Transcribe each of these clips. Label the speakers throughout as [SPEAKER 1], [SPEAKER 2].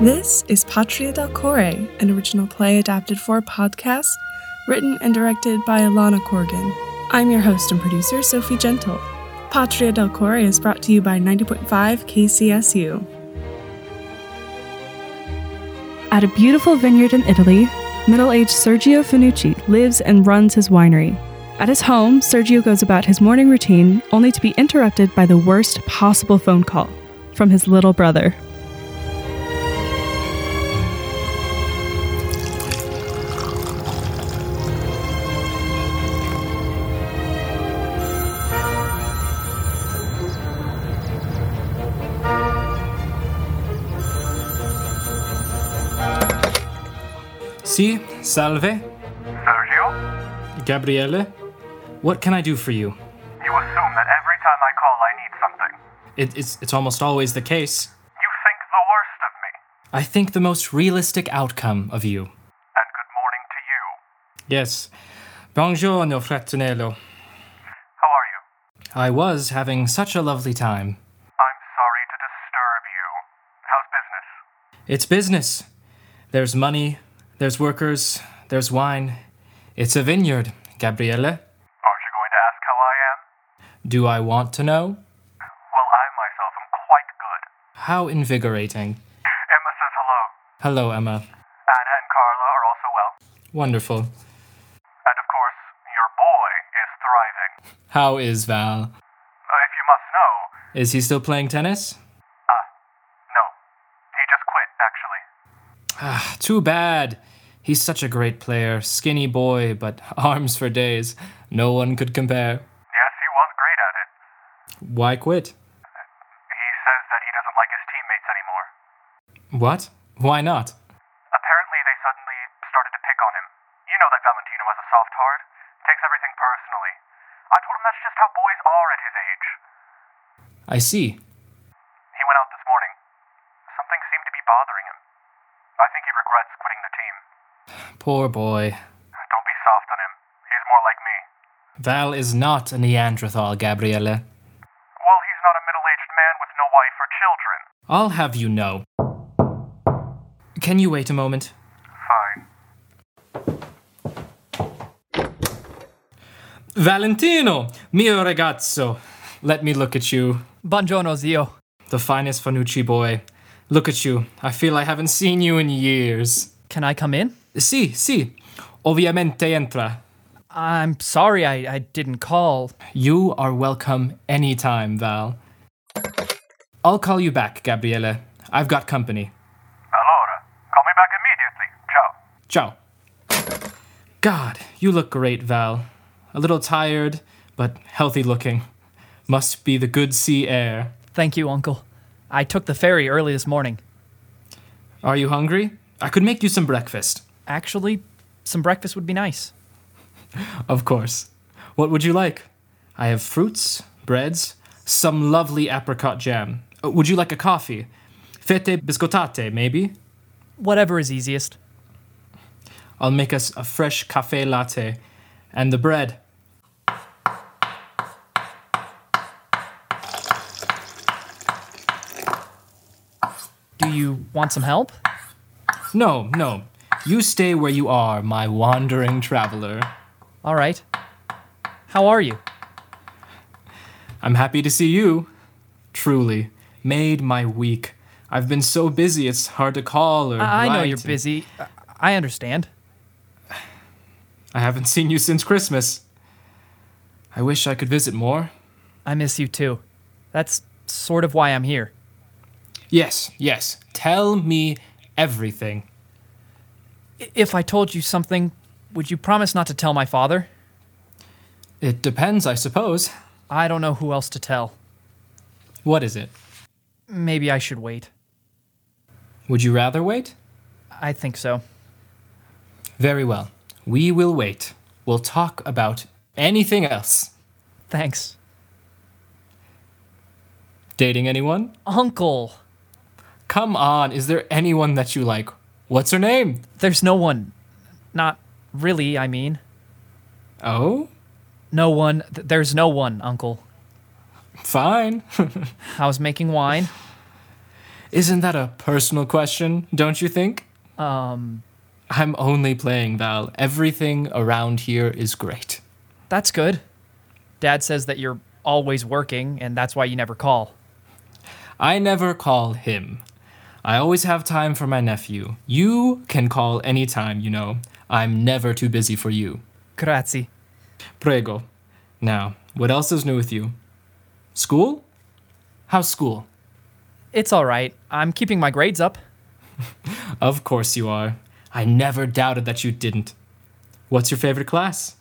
[SPEAKER 1] This is Patria del Core, an original play adapted for a podcast, written and directed by Alana Corgan. I'm your host and producer, Sophie Gentle. Patria del Core is brought to you by 90.5 KCSU. At a beautiful vineyard in Italy, middle aged Sergio Finucci lives and runs his winery. At his home, Sergio goes about his morning routine only to be interrupted by the worst possible phone call from his little brother.
[SPEAKER 2] Si, salve,
[SPEAKER 3] Sergio,
[SPEAKER 2] Gabriele. What can I do for you?
[SPEAKER 3] you assume that every time I call I need something.
[SPEAKER 2] It, it's, it's almost always the case.
[SPEAKER 3] You think the worst of me.
[SPEAKER 2] I think the most realistic outcome of you.
[SPEAKER 3] And good morning to you.
[SPEAKER 2] Yes. Buongiorno, fraternello.
[SPEAKER 3] How are you?
[SPEAKER 2] I was having such a lovely time.
[SPEAKER 3] I'm sorry to disturb you. How's business?
[SPEAKER 2] It's business. There's money, there's workers, there's wine. It's a vineyard, Gabriele.
[SPEAKER 3] Aren't you going to ask how I am?
[SPEAKER 2] Do I want to know?
[SPEAKER 3] Well, I myself am quite good.
[SPEAKER 2] How invigorating.
[SPEAKER 3] Emma says hello.
[SPEAKER 2] Hello, Emma.
[SPEAKER 3] Anna and Carla are also well.
[SPEAKER 2] Wonderful.
[SPEAKER 3] And of course, your boy is thriving.
[SPEAKER 2] How is Val?
[SPEAKER 3] Uh, if you must know,
[SPEAKER 2] Is he still playing tennis?
[SPEAKER 3] ah, no. He just quit, actually.
[SPEAKER 2] Ah, too bad. He's such a great player. Skinny boy, but arms for days. No one could compare.
[SPEAKER 3] Yes, he was great at it.
[SPEAKER 2] Why quit?
[SPEAKER 3] He says that he doesn't like his teammates anymore.
[SPEAKER 2] What? Why not?
[SPEAKER 3] Apparently, they suddenly started to pick on him. You know that Valentino has a soft heart, takes everything personally. I told him that's just how boys are at his age.
[SPEAKER 2] I see.
[SPEAKER 3] He went out this morning. Something seemed to be bothering him. I think he regrets quitting the team.
[SPEAKER 2] Poor boy.
[SPEAKER 3] Don't be soft on him. He's more like me.
[SPEAKER 2] Val is not a Neanderthal, Gabriele.
[SPEAKER 3] Well, he's not a middle aged man with no wife or children.
[SPEAKER 2] I'll have you know. Can you wait a moment?
[SPEAKER 3] Fine.
[SPEAKER 2] Valentino, mio ragazzo. Let me look at you.
[SPEAKER 4] Buongiorno, zio.
[SPEAKER 2] The finest Fanucci boy. Look at you. I feel I haven't seen you in years.
[SPEAKER 4] Can I come in?
[SPEAKER 2] Si, si. Ovviamente entra.
[SPEAKER 4] I'm sorry I, I didn't call.
[SPEAKER 2] You are welcome anytime, Val. I'll call you back, Gabriele. I've got company.
[SPEAKER 3] Allora, call me back immediately. Ciao.
[SPEAKER 2] Ciao. God, you look great, Val. A little tired, but healthy looking. Must be the good sea air.
[SPEAKER 4] Thank you, uncle. I took the ferry early this morning.
[SPEAKER 2] Are you hungry? I could make you some breakfast.
[SPEAKER 4] Actually, some breakfast would be nice.
[SPEAKER 2] Of course. What would you like? I have fruits, breads, some lovely apricot jam. Uh, Would you like a coffee? Fette biscottate, maybe?
[SPEAKER 4] Whatever is easiest.
[SPEAKER 2] I'll make us a fresh cafe latte and the bread.
[SPEAKER 4] Do you want some help?
[SPEAKER 2] No, no. You stay where you are, my wandering traveler.
[SPEAKER 4] All right. How are you?
[SPEAKER 2] I'm happy to see you. Truly, made my week. I've been so busy, it's hard to call or.
[SPEAKER 4] I, I know
[SPEAKER 2] write.
[SPEAKER 4] you're busy. I- I understand.
[SPEAKER 2] I haven't seen you since Christmas. I wish I could visit more.
[SPEAKER 4] I miss you too. That's sort of why I'm here.
[SPEAKER 2] Yes, yes. Tell me everything.
[SPEAKER 4] I- If I told you something, would you promise not to tell my father?
[SPEAKER 2] It depends, I suppose.
[SPEAKER 4] I don't know who else to tell.
[SPEAKER 2] What is it?
[SPEAKER 4] Maybe I should wait.
[SPEAKER 2] Would you rather wait?
[SPEAKER 4] I think so.
[SPEAKER 2] Very well. We will wait. We'll talk about anything else.
[SPEAKER 4] Thanks.
[SPEAKER 2] Dating anyone?
[SPEAKER 4] Uncle!
[SPEAKER 2] Come on, is there anyone that you like? What's her name?
[SPEAKER 4] There's no one. Not really, I mean.
[SPEAKER 2] Oh,
[SPEAKER 4] No one. Th- there's no one, Uncle.
[SPEAKER 2] fine.
[SPEAKER 4] I was making wine.
[SPEAKER 2] Isn't that a personal question, don't you think?
[SPEAKER 4] Um,
[SPEAKER 2] I'm only playing, Val. Everything around here is great.
[SPEAKER 4] that's good. Dad says that you're always working, and that's why you never call.
[SPEAKER 2] I never call him. I always have time for my nephew. You can call anytime, you know. I'm never too busy for you.
[SPEAKER 4] Grazie.
[SPEAKER 2] Prego. Now, what else is new with you? School? How's school?
[SPEAKER 4] It's all right. I'm keeping my grades up.
[SPEAKER 2] Of course you are. I never doubted that you didn't. What's your favorite class?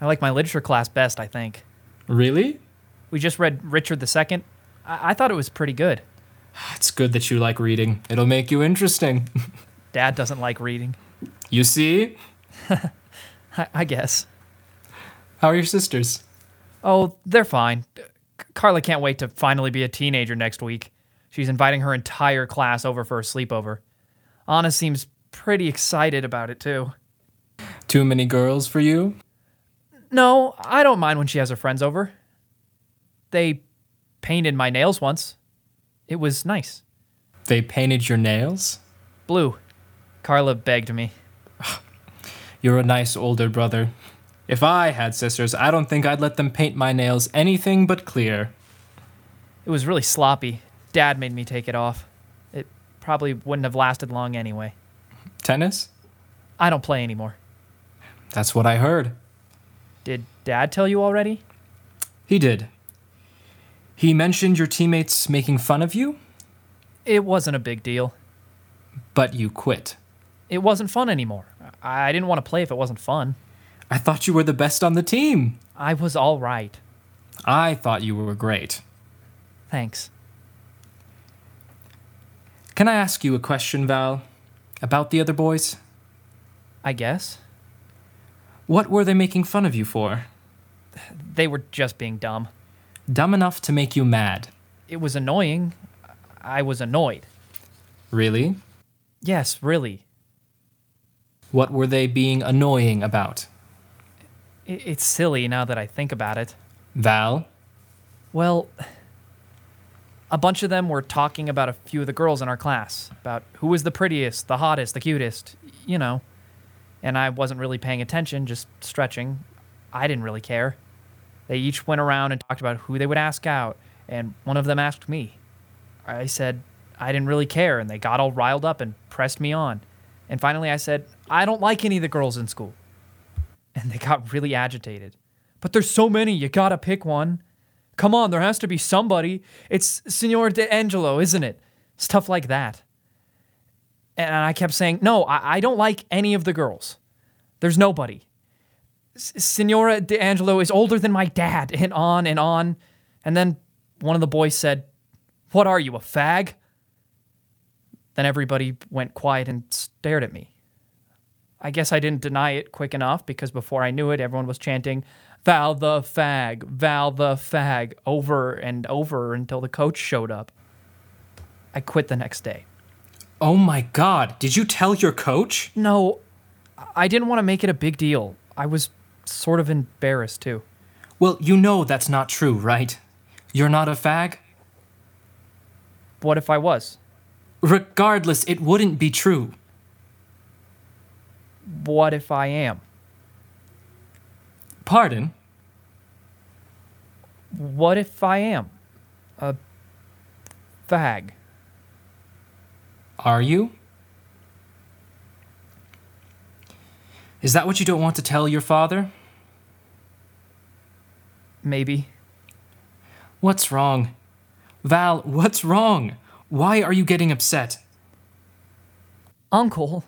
[SPEAKER 4] I like my literature class best, I think.
[SPEAKER 2] Really?
[SPEAKER 4] We just read Richard II. I, I thought it was pretty good.
[SPEAKER 2] It's good that you like reading. It'll make you interesting.
[SPEAKER 4] Dad doesn't like reading,
[SPEAKER 2] You see?
[SPEAKER 4] I, I guess.
[SPEAKER 2] How are your sisters?
[SPEAKER 4] Oh, they're fine. C- Carla can't wait to finally be a teenager next week. She's inviting her entire class over for a sleepover. Anna seems pretty excited about it, too.
[SPEAKER 2] Too many girls for you?
[SPEAKER 4] No, I don't mind when she has her friends over. They painted my nails once. It was nice.
[SPEAKER 2] They painted your nails?
[SPEAKER 4] Blue. Carla begged me.
[SPEAKER 2] You're a nice older brother. If I had sisters, I don't think I'd let them paint my nails anything but clear.
[SPEAKER 4] It was really sloppy. Dad made me take it off. It probably wouldn't have lasted long anyway.
[SPEAKER 2] Tennis?
[SPEAKER 4] I don't play anymore.
[SPEAKER 2] That's what I heard.
[SPEAKER 4] Did Dad tell you already?
[SPEAKER 2] He did. He mentioned your teammates making fun of you,
[SPEAKER 4] It wasn't a big deal.
[SPEAKER 2] but you quit.
[SPEAKER 4] It wasn't fun anymore. I I didn't want to play if it wasn't fun.
[SPEAKER 2] I thought you were the best on the team.
[SPEAKER 4] I was all right.
[SPEAKER 2] I thought you were great.
[SPEAKER 4] Thanks.
[SPEAKER 2] Can I ask you a question, Val? About the other boys?
[SPEAKER 4] I guess.
[SPEAKER 2] What were they making fun of you for?
[SPEAKER 4] They were just being dumb.
[SPEAKER 2] Dumb enough to make you mad.
[SPEAKER 4] It was annoying. I was annoyed.
[SPEAKER 2] Really?
[SPEAKER 4] Yes, really.
[SPEAKER 2] What were they being annoying about?
[SPEAKER 4] I- It's silly now that I think about it.
[SPEAKER 2] Val?
[SPEAKER 4] Well, a bunch of them were talking about a few of the girls in our class, about who was the prettiest, the hottest, the cutest, you know. And I wasn't really paying attention, just stretching. I didn't really care. They each went around and talked about who they would ask out, and one of them asked me. I said I didn't really care, and they got all riled up and pressed me on. And finally, I said, I don't like any of the girls in school. And they got really agitated. But there's so many, you gotta pick one. Come on, there has to be somebody. It's Signor D'Angelo, isn't it? Stuff like that. And I kept saying, no, I, I don't like any of the girls. There's nobody. S- Signora D'Angelo is older than my dad, and on and on. And then one of the boys said, What are you, a fag? Then everybody went quiet and stared at me. I guess I didn't deny it quick enough because before I knew it, everyone was chanting, Val the fag, Val the fag, over and over until the coach showed up. I quit the next day.
[SPEAKER 2] Oh my god, did you tell your coach?
[SPEAKER 4] No, I- I didn't want to make it a big deal. I was sort of embarrassed too.
[SPEAKER 2] Well, you know that's not true, right? You're not a fag?
[SPEAKER 4] What if I was?
[SPEAKER 2] Regardless, it wouldn't be true.
[SPEAKER 4] What if I am?
[SPEAKER 2] Pardon?
[SPEAKER 4] What if I am? A fag.
[SPEAKER 2] Are you? Is that what you don't want to tell your father?
[SPEAKER 4] Maybe.
[SPEAKER 2] What's wrong? Val, what's wrong? Why are you getting upset?
[SPEAKER 4] Uncle,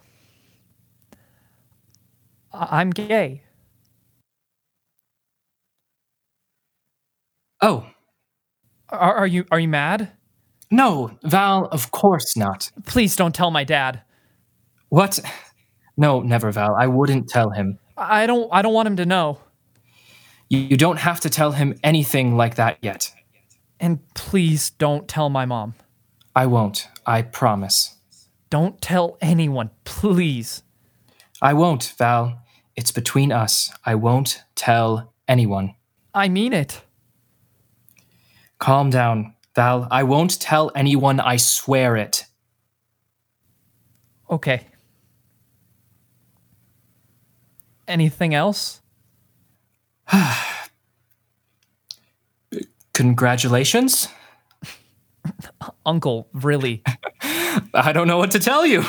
[SPEAKER 4] I- I'm gay.
[SPEAKER 2] Oh,
[SPEAKER 4] Are, are you are you mad?
[SPEAKER 2] no, Val, of course not.
[SPEAKER 4] Please don't tell my dad.
[SPEAKER 2] What? No, never, Val. I wouldn't tell him.
[SPEAKER 4] I I don't I don't want him to know.
[SPEAKER 2] You, you don't have to tell him anything like that yet.
[SPEAKER 4] And please don't tell my mom.
[SPEAKER 2] I won't. I promise.
[SPEAKER 4] Don't tell anyone, please.
[SPEAKER 2] I won't, Val. It's between us. I won't tell anyone.
[SPEAKER 4] I mean it.
[SPEAKER 2] Calm down, Val. I won't tell anyone. I swear it.
[SPEAKER 4] Okay. Anything else?
[SPEAKER 2] Congratulations.
[SPEAKER 4] Uncle, really.
[SPEAKER 2] I don't know what to tell you.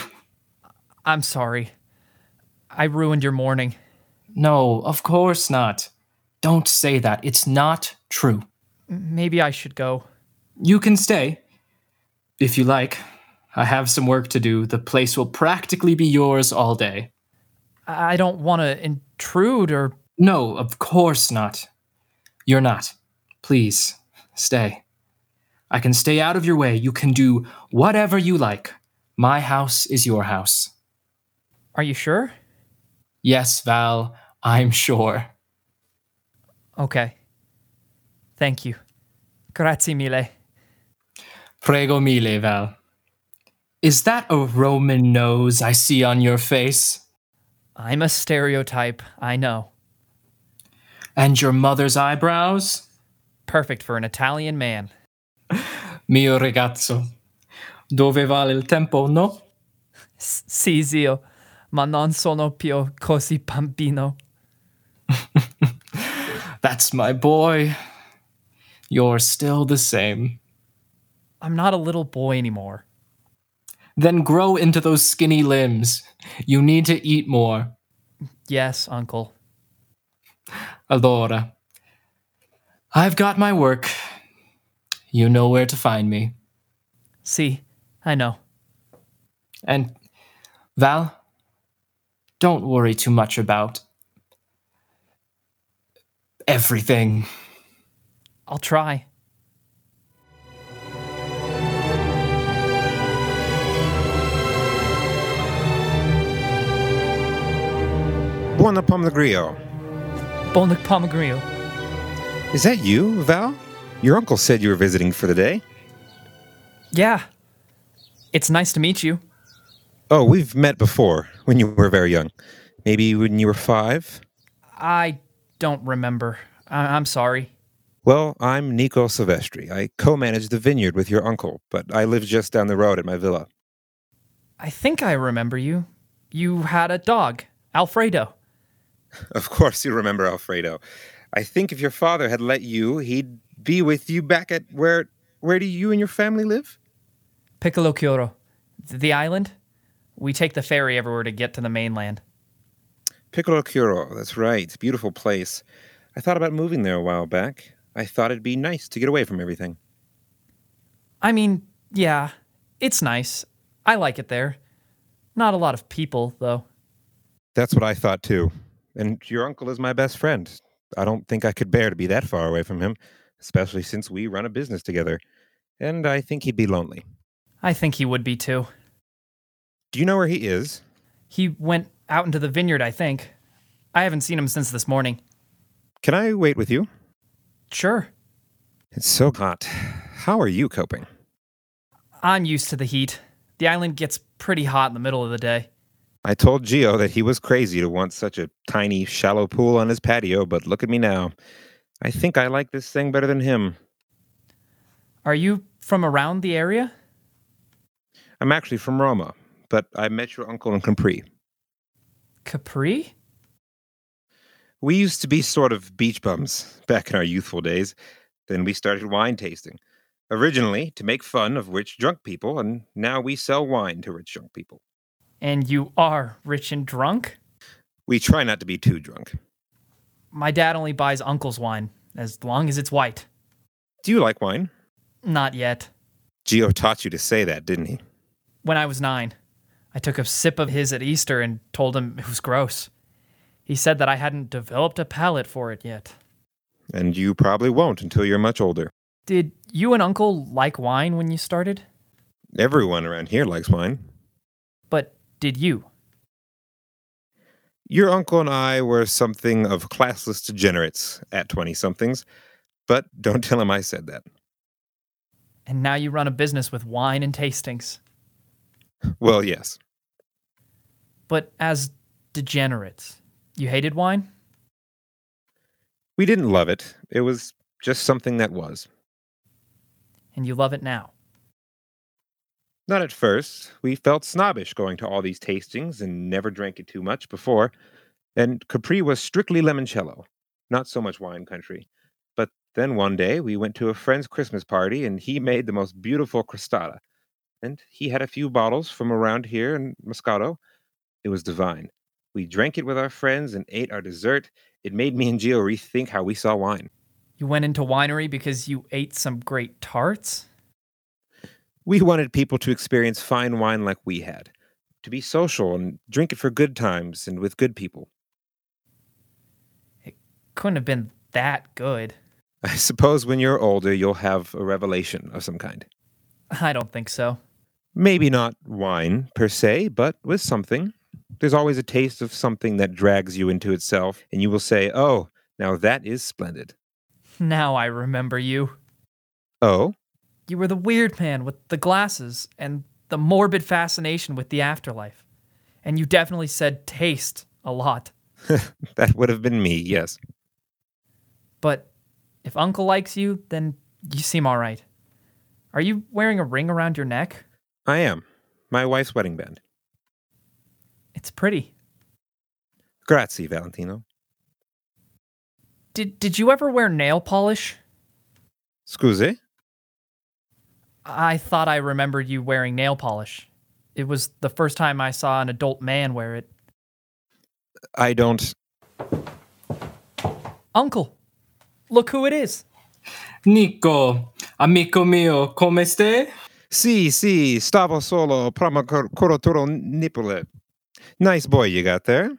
[SPEAKER 4] I'm sorry. I ruined your morning.
[SPEAKER 2] No, of course not. Don't say that. It's not true.
[SPEAKER 4] Maybe I should go.
[SPEAKER 2] You can stay. If you like. I have some work to do. The place will practically be yours all day.
[SPEAKER 4] I I don't want to intrude or
[SPEAKER 2] No, of course not. You're not. Please, stay. I can stay out of your way. You can do whatever you like. My house is your house.
[SPEAKER 4] Are you sure?
[SPEAKER 2] Yes, Val, I'm sure.
[SPEAKER 4] Okay. Thank you. Grazie mille.
[SPEAKER 2] Prego mille, Val. Is that a Roman nose I see on your face?
[SPEAKER 4] I'm a stereotype, I know.
[SPEAKER 2] And your mother's eyebrows?
[SPEAKER 4] Perfect for an Italian man.
[SPEAKER 2] Mio ragazzo. Dove vale il tempo, no?
[SPEAKER 4] S- Sì, zio, ma non sono più così bambino.
[SPEAKER 2] That's my boy. You're still the same.
[SPEAKER 4] I'm not a little boy anymore.
[SPEAKER 2] Then grow into those skinny limbs. You need to eat more.
[SPEAKER 4] Yes, uncle.
[SPEAKER 2] Allora. I've got my work. You know where to find me.
[SPEAKER 4] See, I know.
[SPEAKER 2] And Val, don't worry too much about everything.
[SPEAKER 4] I'll try.
[SPEAKER 5] Buona Pomegranate.
[SPEAKER 4] Bonnick Pomegranate.
[SPEAKER 5] Is that you, Val? Your uncle said you were visiting for the day.
[SPEAKER 4] Yeah. It's nice to meet you.
[SPEAKER 5] Oh, we've met before when you were very young. Maybe when you were five?
[SPEAKER 4] I don't remember. I- I'm sorry.
[SPEAKER 5] Well, I'm Nico Silvestri. I co manage the vineyard with your uncle, but I live just down the road at my villa.
[SPEAKER 4] I think I remember you. You had a dog, Alfredo.
[SPEAKER 5] Of course, you remember Alfredo. I think if your father had let you, he'd be with you back at where. Where do you and your family live?
[SPEAKER 4] Piccolo Chioro. The island? We take the ferry everywhere to get to the mainland.
[SPEAKER 5] Piccolo Curo, that's right. It's a beautiful place. I thought about moving there a while back. I thought it'd be nice to get away from everything.
[SPEAKER 4] I mean, yeah, it's nice. I like it there. Not a lot of people, though.
[SPEAKER 5] That's what I thought too. And your uncle is my best friend. I don't think I could bear to be that far away from him, especially since we run a business together. And I think he'd be lonely.
[SPEAKER 4] I think he would be too.
[SPEAKER 5] Do you know where he is?
[SPEAKER 4] He went out into the vineyard, I think. I haven't seen him since this morning.
[SPEAKER 5] Can I wait with you?
[SPEAKER 4] Sure,
[SPEAKER 5] It's so hot. How are you coping?
[SPEAKER 4] I'm used to the heat. The island gets pretty hot in the middle of the day.
[SPEAKER 5] I told Gio that he was crazy to want such a tiny, shallow pool on his patio, but look at me now. I think I like this thing better than him.
[SPEAKER 4] Are you from around the area?
[SPEAKER 5] I'm actually from Roma, but I met your uncle in Capri.
[SPEAKER 4] Capri?
[SPEAKER 5] We used to be sort of beach bums back in our youthful days. Then we started wine tasting. Originally to make fun of rich drunk people, and now we sell wine to rich drunk people.
[SPEAKER 4] And you are rich and drunk?
[SPEAKER 5] We try not to be too drunk.
[SPEAKER 4] My dad only buys uncle's wine, as long as it's white.
[SPEAKER 5] Do you like wine?
[SPEAKER 4] Not yet.
[SPEAKER 5] Gio taught you to say that, didn't he?
[SPEAKER 4] when I was nine. I took a sip of his at Easter and told him it was gross. He said that I hadn't developed a palate for it yet.
[SPEAKER 5] And you probably won't until you're much older.
[SPEAKER 4] Did you and Uncle like wine when you started?
[SPEAKER 5] Everyone around here likes wine.
[SPEAKER 4] But did you?
[SPEAKER 5] Your uncle and I were something of classless degenerates at 20 somethings, but don't tell him I said that.
[SPEAKER 4] And now you run a business with wine and tastings.
[SPEAKER 5] Well, yes.
[SPEAKER 4] But as degenerates, you hated wine?
[SPEAKER 5] We didn't love it. It was just something that was.
[SPEAKER 4] And you love it now.
[SPEAKER 5] Not at first. We felt snobbish going to all these tastings and never drank it too much before. And Capri was strictly limoncello, not so much wine country. But then one day we went to a friend's Christmas party and he made the most beautiful crostata. And he had a few bottles from around here in Moscato. It was divine. We drank it with our friends and ate our dessert. It made me and Gio rethink how we saw wine.
[SPEAKER 4] You went into winery because you ate some great tarts?
[SPEAKER 5] We wanted people to experience fine wine like we had, to be social and drink it for good times and with good people.
[SPEAKER 4] Couldn't have been that good.
[SPEAKER 5] I suppose when you're older, you'll have a revelation of some kind.
[SPEAKER 4] I don't think so.
[SPEAKER 5] Maybe not wine per se, but with something. There's always a taste of something that drags you into itself, and you will say, Oh, now that is splendid.
[SPEAKER 4] Now I remember you.
[SPEAKER 5] Oh,
[SPEAKER 4] You were the weird man with the glasses and the morbid fascination with the afterlife. And you definitely said taste a lot.
[SPEAKER 5] that would have been me, yes.
[SPEAKER 4] But if Uncle likes you, then you seem all right. Are you wearing a ring around your neck?
[SPEAKER 5] I am. My wife's wedding band.
[SPEAKER 4] It's pretty.
[SPEAKER 5] Grazie, Valentino.
[SPEAKER 4] Did, did you ever wear nail polish?
[SPEAKER 5] Scuse?
[SPEAKER 4] I thought I remembered you wearing nail polish. It was the first time I saw an adult man wear it.
[SPEAKER 5] I don't.
[SPEAKER 4] Uncle, look who it is.
[SPEAKER 2] Nico, amico mio, come stai?
[SPEAKER 5] Si, si, stavo solo, prama cor- corotoro nipole. Nice boy you got there.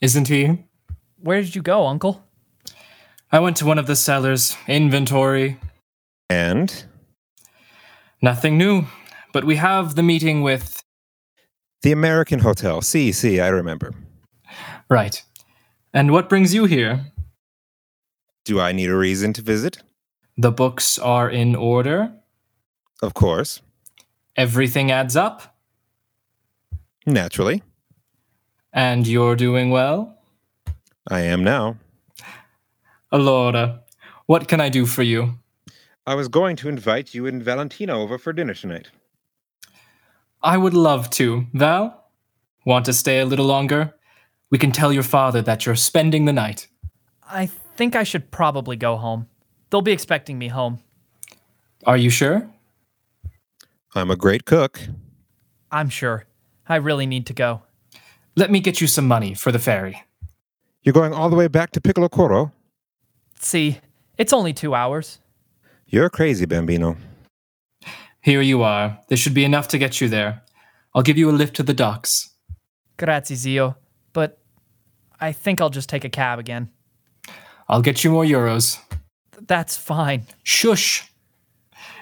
[SPEAKER 2] Isn't he?
[SPEAKER 4] Where did you go, Uncle?
[SPEAKER 2] I went to one of the sellers, inventory.
[SPEAKER 5] And
[SPEAKER 2] Nothing new, but we have the meeting with.
[SPEAKER 5] the American Hotel. Si, si, I remember.
[SPEAKER 2] Right. And what brings you here?
[SPEAKER 5] Do I need a reason to visit?
[SPEAKER 2] The books are in order.
[SPEAKER 5] Of course.
[SPEAKER 2] Everything adds up.
[SPEAKER 5] Naturally.
[SPEAKER 2] And you're doing well?
[SPEAKER 5] I am now.
[SPEAKER 2] Allora, what can I do for you?
[SPEAKER 5] I was going to invite you and Valentino over for dinner tonight.
[SPEAKER 2] I would love to. Val? Want to stay a little longer? We can tell your father that you're spending the night.
[SPEAKER 4] I think I should probably go home. They'll be expecting me home.
[SPEAKER 2] Are you sure?
[SPEAKER 5] I'm a great cook.
[SPEAKER 4] I'm sure. I really need to go.
[SPEAKER 2] Let me get you some money for the ferry.
[SPEAKER 5] You're going all the way back to Piccolo Coro?
[SPEAKER 4] See, it's only two hours.
[SPEAKER 5] You're crazy, Bambino.
[SPEAKER 2] Here you are. There should be enough to get you there. I'll give you a lift to the docks.
[SPEAKER 4] Grazie, zio. But I think I'll just take a cab again.
[SPEAKER 2] I'll get you more euros.
[SPEAKER 4] Th- That's fine.
[SPEAKER 2] Shush!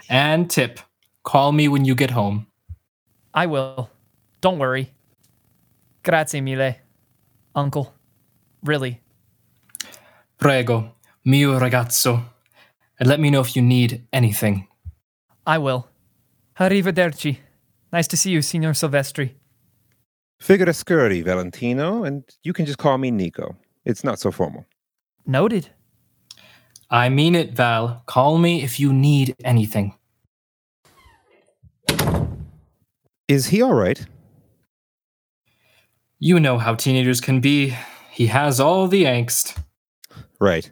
[SPEAKER 2] And tip. Call me when you get home.
[SPEAKER 4] I will. Don't worry. Grazie mille, Uncle. Really.
[SPEAKER 2] Prego, mio ragazzo. And let me know if you need anything.
[SPEAKER 4] I will. Arrivederci. Nice to see you, Signor Silvestri.
[SPEAKER 5] Figure scurry, Valentino, and you can just call me Nico. It's not so formal.
[SPEAKER 4] Noted.
[SPEAKER 2] I mean it, Val. Call me if you need anything.
[SPEAKER 5] Is he all right?
[SPEAKER 2] You know how teenagers can be. He has all the angst.
[SPEAKER 5] Right.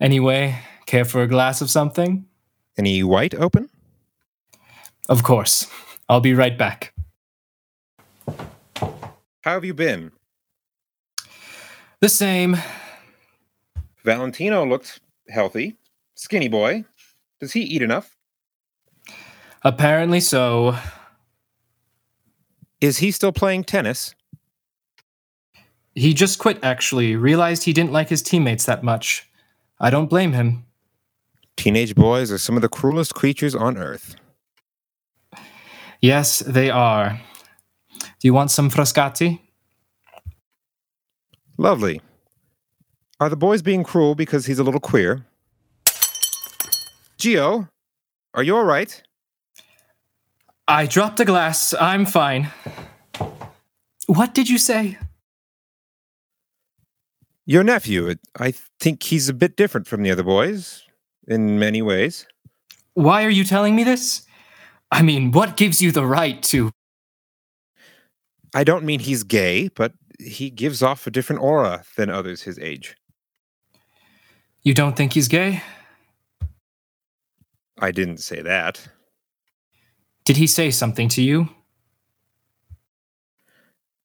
[SPEAKER 2] Anyway, care for a glass of something?
[SPEAKER 5] Any white open?
[SPEAKER 2] Of course. I'll be right back.
[SPEAKER 5] How have you been?
[SPEAKER 2] The same.
[SPEAKER 5] Valentino looked healthy. Skinny boy. Does he eat enough?
[SPEAKER 2] Apparently so.
[SPEAKER 5] Is he still playing tennis?
[SPEAKER 2] He just quit, actually. Realized he didn't like his teammates that much. I don't blame him.
[SPEAKER 5] Teenage boys are some of the cruelest creatures on earth.
[SPEAKER 2] Yes, they are. Do you want some frascati?
[SPEAKER 5] Lovely. Are the boys being cruel because he's a little queer? Gio, are you all right?
[SPEAKER 2] I dropped a glass. I'm fine. What did you say?
[SPEAKER 5] Your nephew, it- I think he's a bit different from the other boys in many ways.
[SPEAKER 2] Why are you telling me this? I mean, what gives you the right to?
[SPEAKER 5] I don't mean he's gay, but he gives off a different aura than others his age.
[SPEAKER 2] You don't think he's gay?
[SPEAKER 5] I didn't say that.
[SPEAKER 2] Did he say something to you?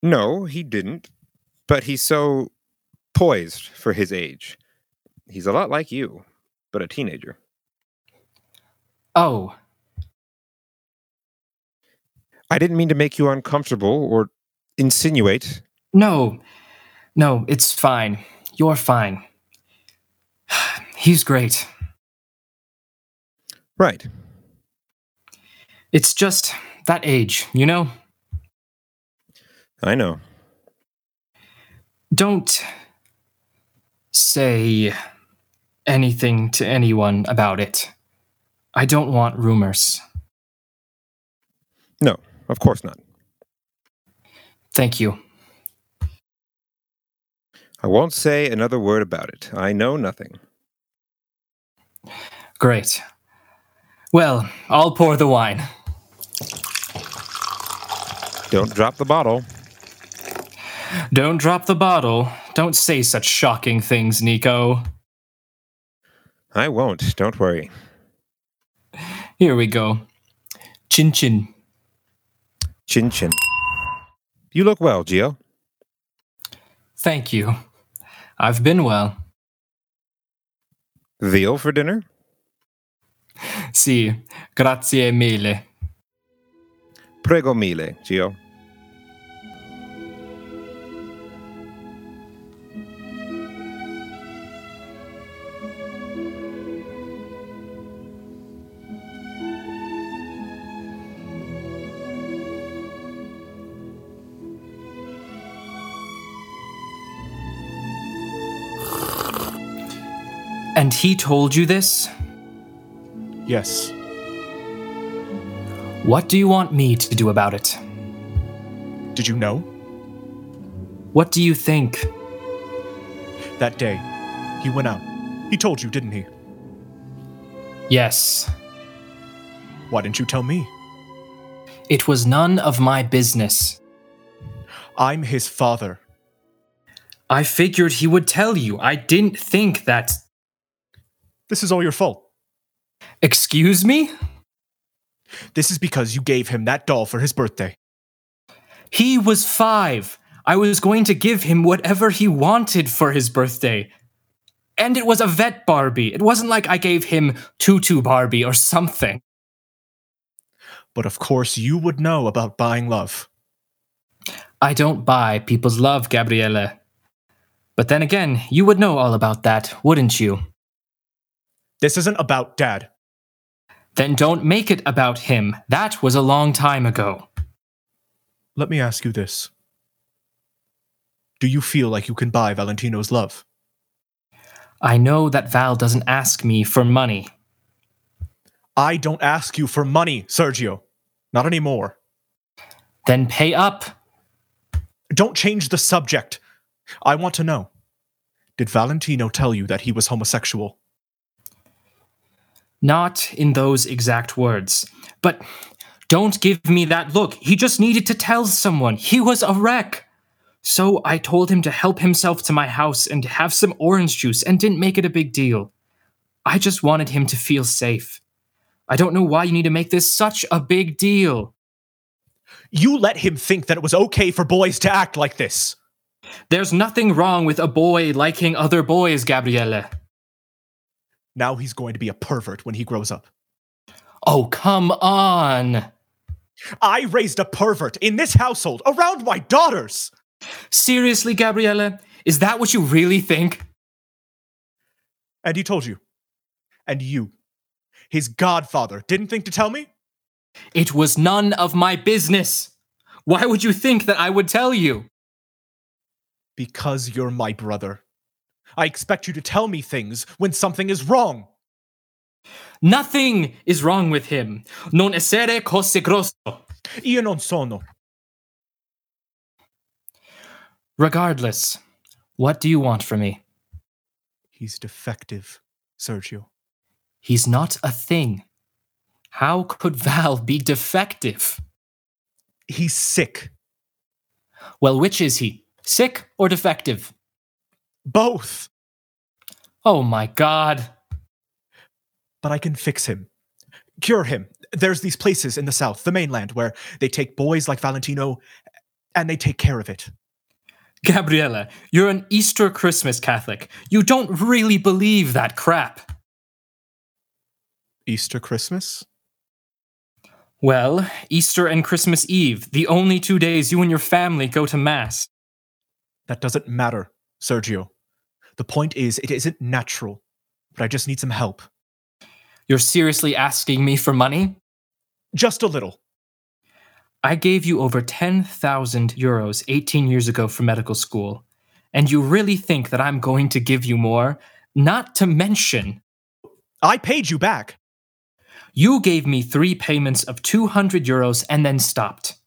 [SPEAKER 5] No, he didn't. But he's so poised for his age. He's a lot like you, but a teenager.
[SPEAKER 2] Oh,
[SPEAKER 5] I didn't mean to make you uncomfortable or insinuate.
[SPEAKER 2] no. No, it's fine. You're fine. he's great.
[SPEAKER 5] Right.
[SPEAKER 2] It's just that age, you know?
[SPEAKER 5] I know.
[SPEAKER 2] Don't say anything to anyone about it. I don't want rumors.
[SPEAKER 5] No, of course not.
[SPEAKER 2] Thank you.
[SPEAKER 5] I won't say another word about it. I know nothing.
[SPEAKER 2] Great. Well, I'll pour the wine.
[SPEAKER 5] Don't drop the bottle.
[SPEAKER 2] Don't drop the bottle. Don't say such shocking things, Nico.
[SPEAKER 5] I won't. Don't worry.
[SPEAKER 2] Here we go. Chin chin.
[SPEAKER 5] Chin chin. You look well, Gio.
[SPEAKER 2] Thank you. I've been well.
[SPEAKER 5] Veal for dinner?
[SPEAKER 2] Si, grazie mille.
[SPEAKER 5] Prego mille, Gio.
[SPEAKER 2] And he told you this?
[SPEAKER 6] Yes.
[SPEAKER 2] What do you want me to do about it?
[SPEAKER 6] Did you know?
[SPEAKER 2] What do you think?
[SPEAKER 6] That day, he went out. He told you, didn't he?
[SPEAKER 2] Yes,
[SPEAKER 6] Why didn't you tell me?
[SPEAKER 2] it was none of my business.
[SPEAKER 6] I'm his father.
[SPEAKER 2] I figured he would tell you. I didn't think that.
[SPEAKER 6] This is all your fault.
[SPEAKER 2] Excuse me?
[SPEAKER 6] This is because you gave him that doll for his birthday.
[SPEAKER 2] He was five. I was going to give him whatever he wanted for his birthday. And it was a vet Barbie. It wasn't like I gave him Tutu Barbie or something.
[SPEAKER 6] But of course, you would know about buying love.
[SPEAKER 2] I don't buy people's love, Gabriele. But then again, you would know all about that, wouldn't you?
[SPEAKER 6] This isn't about dad.
[SPEAKER 2] Then don't make it about him. That was a long time ago.
[SPEAKER 6] Let me ask you this Do you feel like you can buy Valentino's love?
[SPEAKER 2] I know that Val doesn't ask me for money.
[SPEAKER 6] I don't ask you for money, Sergio. Not anymore.
[SPEAKER 2] Then pay up.
[SPEAKER 6] Don't change the subject. I want to know. Did Valentino tell you that he was homosexual?
[SPEAKER 2] Not in those exact words. But don't give me that look. He just needed to tell someone. He was a wreck. So I told him to help himself to my house and have some orange juice and didn't make it a big deal. I just wanted him to feel safe. I don't know why you need to make this such a big deal.
[SPEAKER 6] You let him think that it was okay for boys to act like this.
[SPEAKER 2] There's nothing wrong with a boy liking other boys, Gabriele.
[SPEAKER 6] Now he's going to be a pervert when he grows up.
[SPEAKER 2] Oh, come on.
[SPEAKER 6] I raised a pervert in this household around my daughters.
[SPEAKER 2] Seriously, Gabriele? Is that what you really think?
[SPEAKER 6] And he told you. And you. His godfather didn't think to tell me?
[SPEAKER 2] It was none of my business. Why would you think that I would tell you?
[SPEAKER 6] Because you're my brother. I expect you to tell me things when something is wrong.
[SPEAKER 2] Nothing is wrong with him. Non essere cose grosso.
[SPEAKER 6] Io non sono.
[SPEAKER 2] Regardless, what do you want from me?
[SPEAKER 6] He's defective, Sergio.
[SPEAKER 2] He's not a thing. How could Val be defective?
[SPEAKER 6] He's sick.
[SPEAKER 2] Well, which is he? Sick or defective?
[SPEAKER 6] Both.
[SPEAKER 2] Oh my god.
[SPEAKER 6] But I can fix him. Cure him. There's these places in the south, the mainland, where they take boys like Valentino and they take care of it.
[SPEAKER 2] Gabriella, you're an Easter Christmas Catholic. You don't really believe that crap.
[SPEAKER 6] Easter Christmas?
[SPEAKER 2] Well, Easter and Christmas Eve, the only two days you and your family go to Mass.
[SPEAKER 6] That doesn't matter, Sergio. The point is, it isn't natural, but I just need some help.
[SPEAKER 2] You're seriously asking me for money?
[SPEAKER 6] Just a little.
[SPEAKER 2] I gave you over 10,000 euros 18 years ago for medical school, and you really think that I'm going to give you more? Not to mention,
[SPEAKER 6] I paid you back.
[SPEAKER 2] you gave me three payments of 200 euros and then stopped.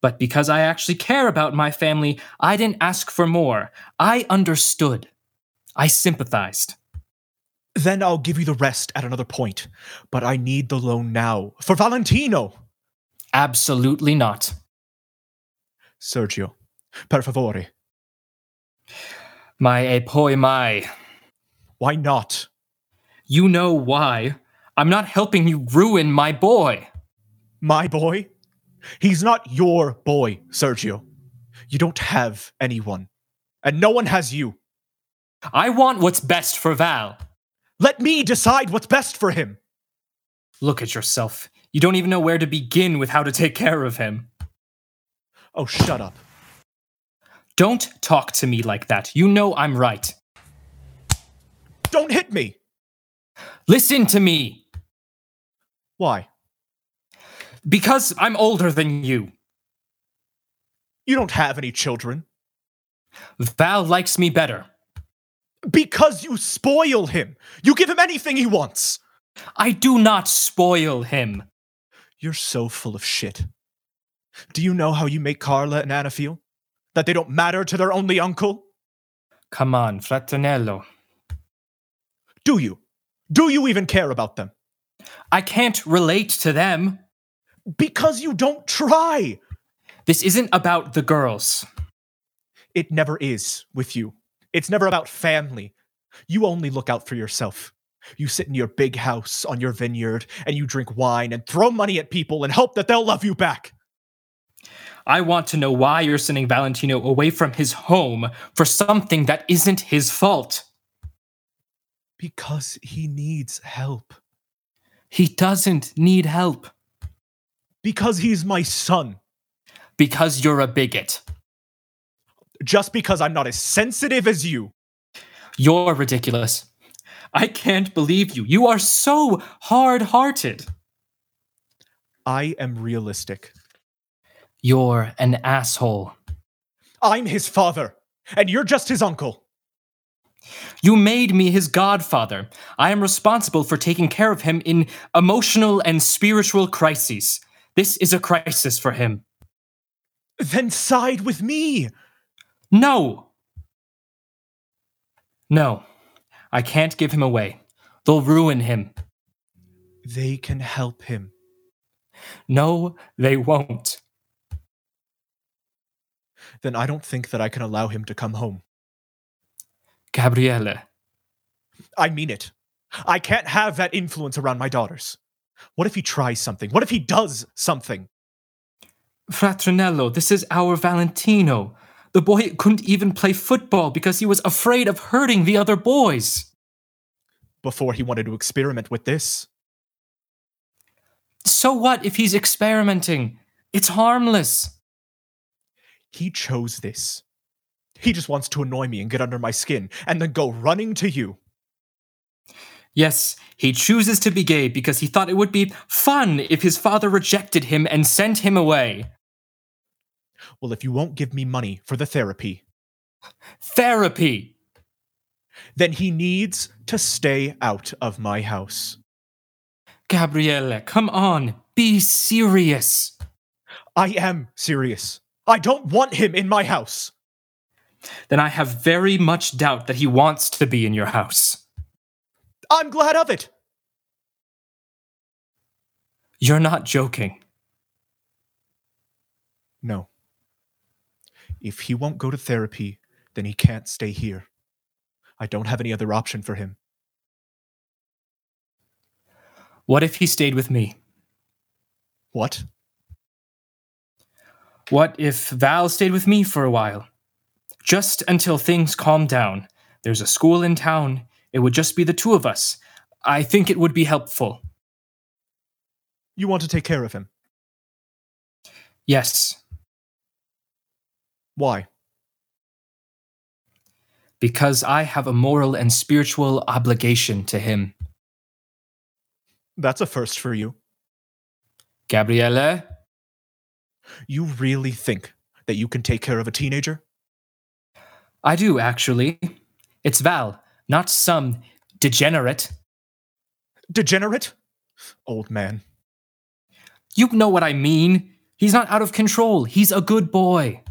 [SPEAKER 2] But because I actually care about my family, I didn't ask for more. I understood. I sympathized.
[SPEAKER 6] Then I'll give you the rest at another point. But I need the loan now for Valentino.
[SPEAKER 2] Absolutely not.
[SPEAKER 6] Sergio, per favore.
[SPEAKER 2] My e poi mai.
[SPEAKER 6] Why not?
[SPEAKER 2] You know why. I'm not helping you ruin my boy.
[SPEAKER 6] My boy? He's not your boy, Sergio. You don't have anyone, and no one has you.
[SPEAKER 2] I want what's best for Val.
[SPEAKER 6] Let me decide what's best for him.
[SPEAKER 2] Look at yourself. You don't even know where to begin with how to take care of him.
[SPEAKER 6] Oh, shut up.
[SPEAKER 2] Don't talk to me like that. You know I'm right.
[SPEAKER 6] Don't hit me.
[SPEAKER 2] Listen to me
[SPEAKER 6] Why?
[SPEAKER 2] because I'm older than you.
[SPEAKER 6] You don't have any children.
[SPEAKER 2] Val likes me better.
[SPEAKER 6] Because you spoil him. You give him anything he wants.
[SPEAKER 2] I do not spoil him.
[SPEAKER 6] You're so full of shit. Do you know how you make Carla and Anna feel? That they don't matter to their only uncle?
[SPEAKER 2] Come on, Fraternello.
[SPEAKER 6] Do you? Do you even care about them?
[SPEAKER 2] I can't relate to them.
[SPEAKER 6] Because you don't try.
[SPEAKER 2] This isn't about the girls.
[SPEAKER 6] It never is with you. It's never about family. You only look out for yourself. You sit in your big house on your vineyard and you drink wine and throw money at people and hope that they'll love you back.
[SPEAKER 2] I want to know why you're sending Valentino away from his home for something that isn't his fault.
[SPEAKER 6] Because he needs help.
[SPEAKER 2] He doesn't need help
[SPEAKER 6] Because he's my son.
[SPEAKER 2] because you're a bigot.
[SPEAKER 6] Just because I'm not as sensitive as you.
[SPEAKER 2] You're ridiculous. I can't believe you. You are so hard hearted.
[SPEAKER 6] I am realistic.
[SPEAKER 2] You're an asshole.
[SPEAKER 6] I'm his father, and you're just his uncle.
[SPEAKER 2] You made me his godfather. I am responsible for taking care of him in emotional and spiritual crises. This is a crisis for him.
[SPEAKER 6] Then side with me.
[SPEAKER 2] No! No, I can't give him away. They'll ruin him.
[SPEAKER 6] They can help him.
[SPEAKER 2] No, they won't.
[SPEAKER 6] Then I don't think that I can allow him to come home.
[SPEAKER 2] Gabriele,
[SPEAKER 6] I mean it. I can't have that influence around my daughters. What if he tries something? What if he does something?
[SPEAKER 2] Fraternello, this is our Valentino. The boy couldn't even play football because he was afraid of hurting the other boys.
[SPEAKER 6] Before he wanted to experiment with this,
[SPEAKER 2] So what if he's experimenting? It's harmless.
[SPEAKER 6] he chose this. He just wants to annoy me and get under my skin and then go running to you.
[SPEAKER 2] Yes, he chooses to be gay because he thought it would be fun if his father rejected him and sent him away.
[SPEAKER 6] Well, if you won't give me money for the therapy,
[SPEAKER 2] Therapy.
[SPEAKER 6] then he needs to stay out of my house.
[SPEAKER 2] Gabriele, come on, be serious.
[SPEAKER 6] I am serious. I don't want him in my house.
[SPEAKER 2] Then I have very much doubt that he wants to be in your house.
[SPEAKER 6] I'm glad of it.
[SPEAKER 2] You're not joking.
[SPEAKER 6] No. If he won't go to therapy, then he can't stay here. I don't have any other option for him.
[SPEAKER 2] What if he stayed with me?
[SPEAKER 6] What?
[SPEAKER 2] What if Val stayed with me for a while? Just until things calm down. There's a school in town. It would just be the two of us. I think it would be helpful.
[SPEAKER 6] You want to take care of him.
[SPEAKER 2] Yes,
[SPEAKER 6] Why?
[SPEAKER 2] because I have a moral and spiritual obligation to him.
[SPEAKER 6] That's a first for you.
[SPEAKER 2] Gabrielle,
[SPEAKER 6] You really think that you can take care of a teenager?
[SPEAKER 2] I do actually. It's Val, not some degenerate.
[SPEAKER 6] Degenerate? Old man.
[SPEAKER 2] You know what I mean. He's not out of control. He's a good boy.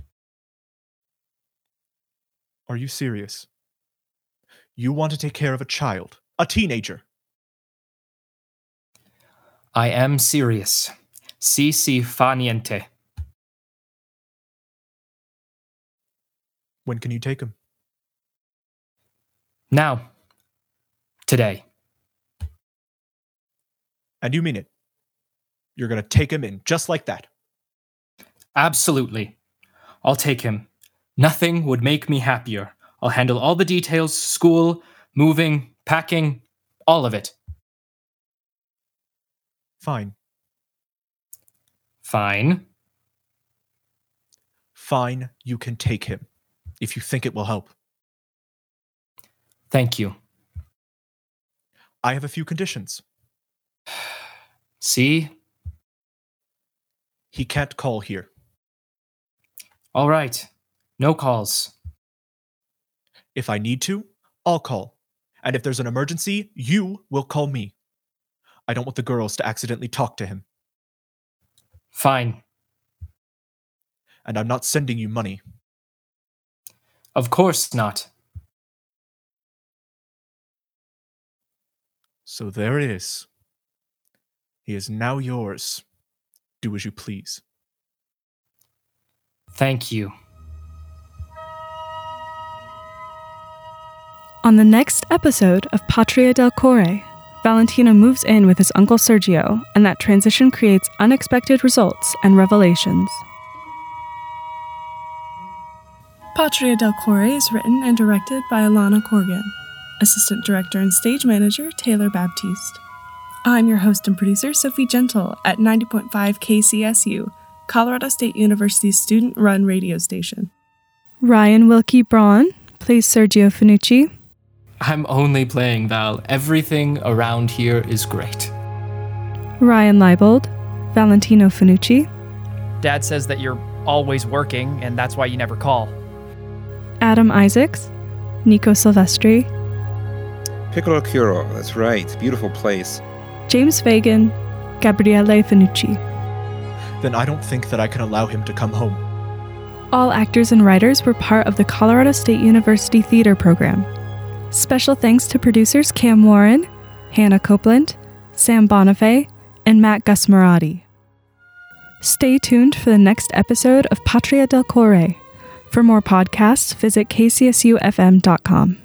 [SPEAKER 6] Are you serious? You want to take care of a child, a teenager.
[SPEAKER 2] I am serious. Si si fa niente.
[SPEAKER 6] When can you take him?
[SPEAKER 2] Now, today.
[SPEAKER 6] And you mean it. You're going to take him in just like that.
[SPEAKER 2] Absolutely. I'll take him. Nothing would make me happier. I'll handle all the details school, moving, packing, all of it.
[SPEAKER 6] Fine.
[SPEAKER 2] Fine.
[SPEAKER 6] Fine, you can take him if you think it will help.
[SPEAKER 2] Thank you.
[SPEAKER 6] I have a few conditions.
[SPEAKER 2] See?
[SPEAKER 6] He can't call here.
[SPEAKER 2] All right. No calls.
[SPEAKER 6] If I need to, I'll call. And if there's an emergency, you will call me. I don't want the girls to accidentally talk to him,
[SPEAKER 2] Fine.
[SPEAKER 6] and I'm not sending you money.
[SPEAKER 2] Of course not.
[SPEAKER 6] So there it is. He is now yours. Do as you please.
[SPEAKER 2] Thank you.
[SPEAKER 1] On the next episode of Patria del Core, Valentino moves in with his uncle Sergio, and that transition creates unexpected results and revelations. Patria del Core is written and directed by Alana Corgan, assistant director and stage manager Taylor Baptiste. I'm your host and producer, Sophie Gentle, at 90.5 KCSU, Colorado State University's student run radio station. Ryan Wilkie Braun plays Sergio Finucci.
[SPEAKER 2] I'm only playing Val. Everything around here is great.
[SPEAKER 1] Ryan Leibold, Valentino Finucci,
[SPEAKER 4] Dad says that you're always working and that's why you never call.
[SPEAKER 1] Adam Isaacs, Nico Silvestri,
[SPEAKER 5] Piccolo Curo, that's right. Beautiful place.
[SPEAKER 1] James Fagan, Gabriele Finucci.
[SPEAKER 6] Then I don't think that I can allow him to come home.
[SPEAKER 1] All actors and writers were part of the Colorado State University Theater Program. Special thanks to producers Cam Warren, Hannah Copeland, Sam Bonifay, and Matt Gusmarati. Stay tuned for the next episode of Patria del Core. For more podcasts, visit kcsufm.com.